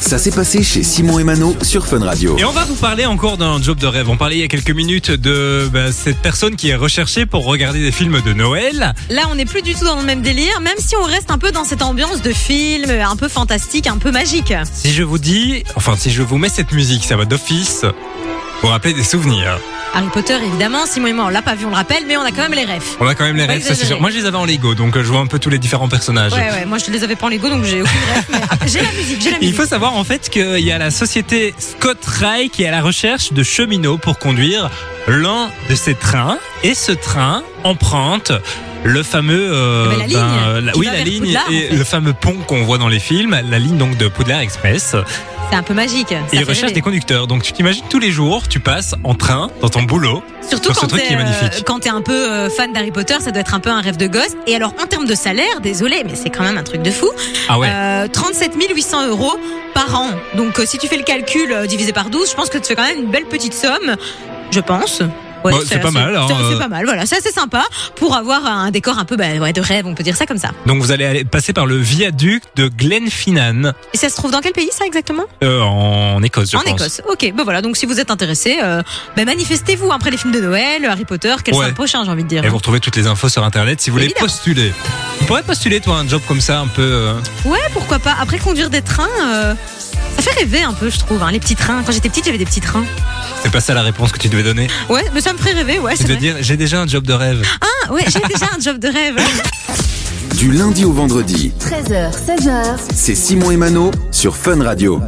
Ça s'est passé chez Simon et Mano sur Fun Radio. Et on va vous parler encore d'un job de rêve. On parlait il y a quelques minutes de bah, cette personne qui est recherchée pour regarder des films de Noël. Là, on n'est plus du tout dans le même délire, même si on reste un peu dans cette ambiance de film, un peu fantastique, un peu magique. Si je vous dis, enfin si je vous mets cette musique, ça va d'office vous rappeler des souvenirs. Harry Potter, évidemment, Simon et moi, on l'a pas vu, on le rappelle, mais on a quand même les rêves. On a quand même les Pas rêves, ça c'est exagéré. sûr. Moi je les avais en Lego, donc euh, je vois un peu tous les différents personnages. Ouais, ouais, moi je les avais pas en Lego, donc j'ai aucune rêve. mais J'ai la musique, j'ai la Il musique. faut savoir en fait qu'il y a la société Scott Rail qui est à la recherche de cheminots pour conduire l'un de ces trains. Et ce train emprunte le fameux euh, Eh ben, la ligne qui oui va la vers ligne Poudlard, et en fait. le fameux pont qu'on voit dans les films, la ligne donc de Poudlard Express. C'est un peu magique. ça et fait ils recherchent des rêver. conducteurs. Donc tu t'imagines tous les jours, tu passes en train dans ton boulot. Surtout sur ce quand truc t'es, qui est euh, magnifique. quand t'es un peu euh, fan d'Harry Potter, ça doit être un peu un rêve de gosse. Et alors, en termes de salaire, désolé, mais c'est quand même un truc de fou. Ah ouais. Euh, 37 800 euros par an. Donc, euh, si tu fais le calcul euh, divisé par 12, je pense que tu fais quand même une belle petite somme, je pense. Ouais, Bah, c'est pas mal, hein, c'est- euh. c'est pas mal, voilà. C'est assez sympa pour avoir un décor un peu bah, ouais, de rêve, on peut dire ça comme ça. Donc vous allez aller passer par le viaduc de Glenfinnan Et ça se trouve dans quel pays, ça, exactement euh, en Écosse, je En pense. Écosse. Ok, ben voilà. Donc, si vous êtes intéressé, euh, bah, manifestez-vous. Après les films de Noël, Harry Potter, quel Ouais. saint prochain, j'ai envie de dire. Et vous retrouvez toutes les infos sur internet si vous voulez Évidemment. postuler. Tu pourrais postuler toi un job comme ça un peu. euh, Ouais, pourquoi pas. Après, conduire des trains, euh, ça fait rêver un peu, je trouve. hein, les petits trains. Quand j'étais petite, j'avais des petits trains. C'est pas ça la réponse que tu devais donner. Ouais, mais ça me ferait rêver, ouais, Tu c'est devais vrai. dire j'ai déjà un job de rêve. Ah, ouais, j'ai déjà un job de rêve. Du lundi au vendredi, 13h, 16h, c'est Simon et Mano sur Fun Radio.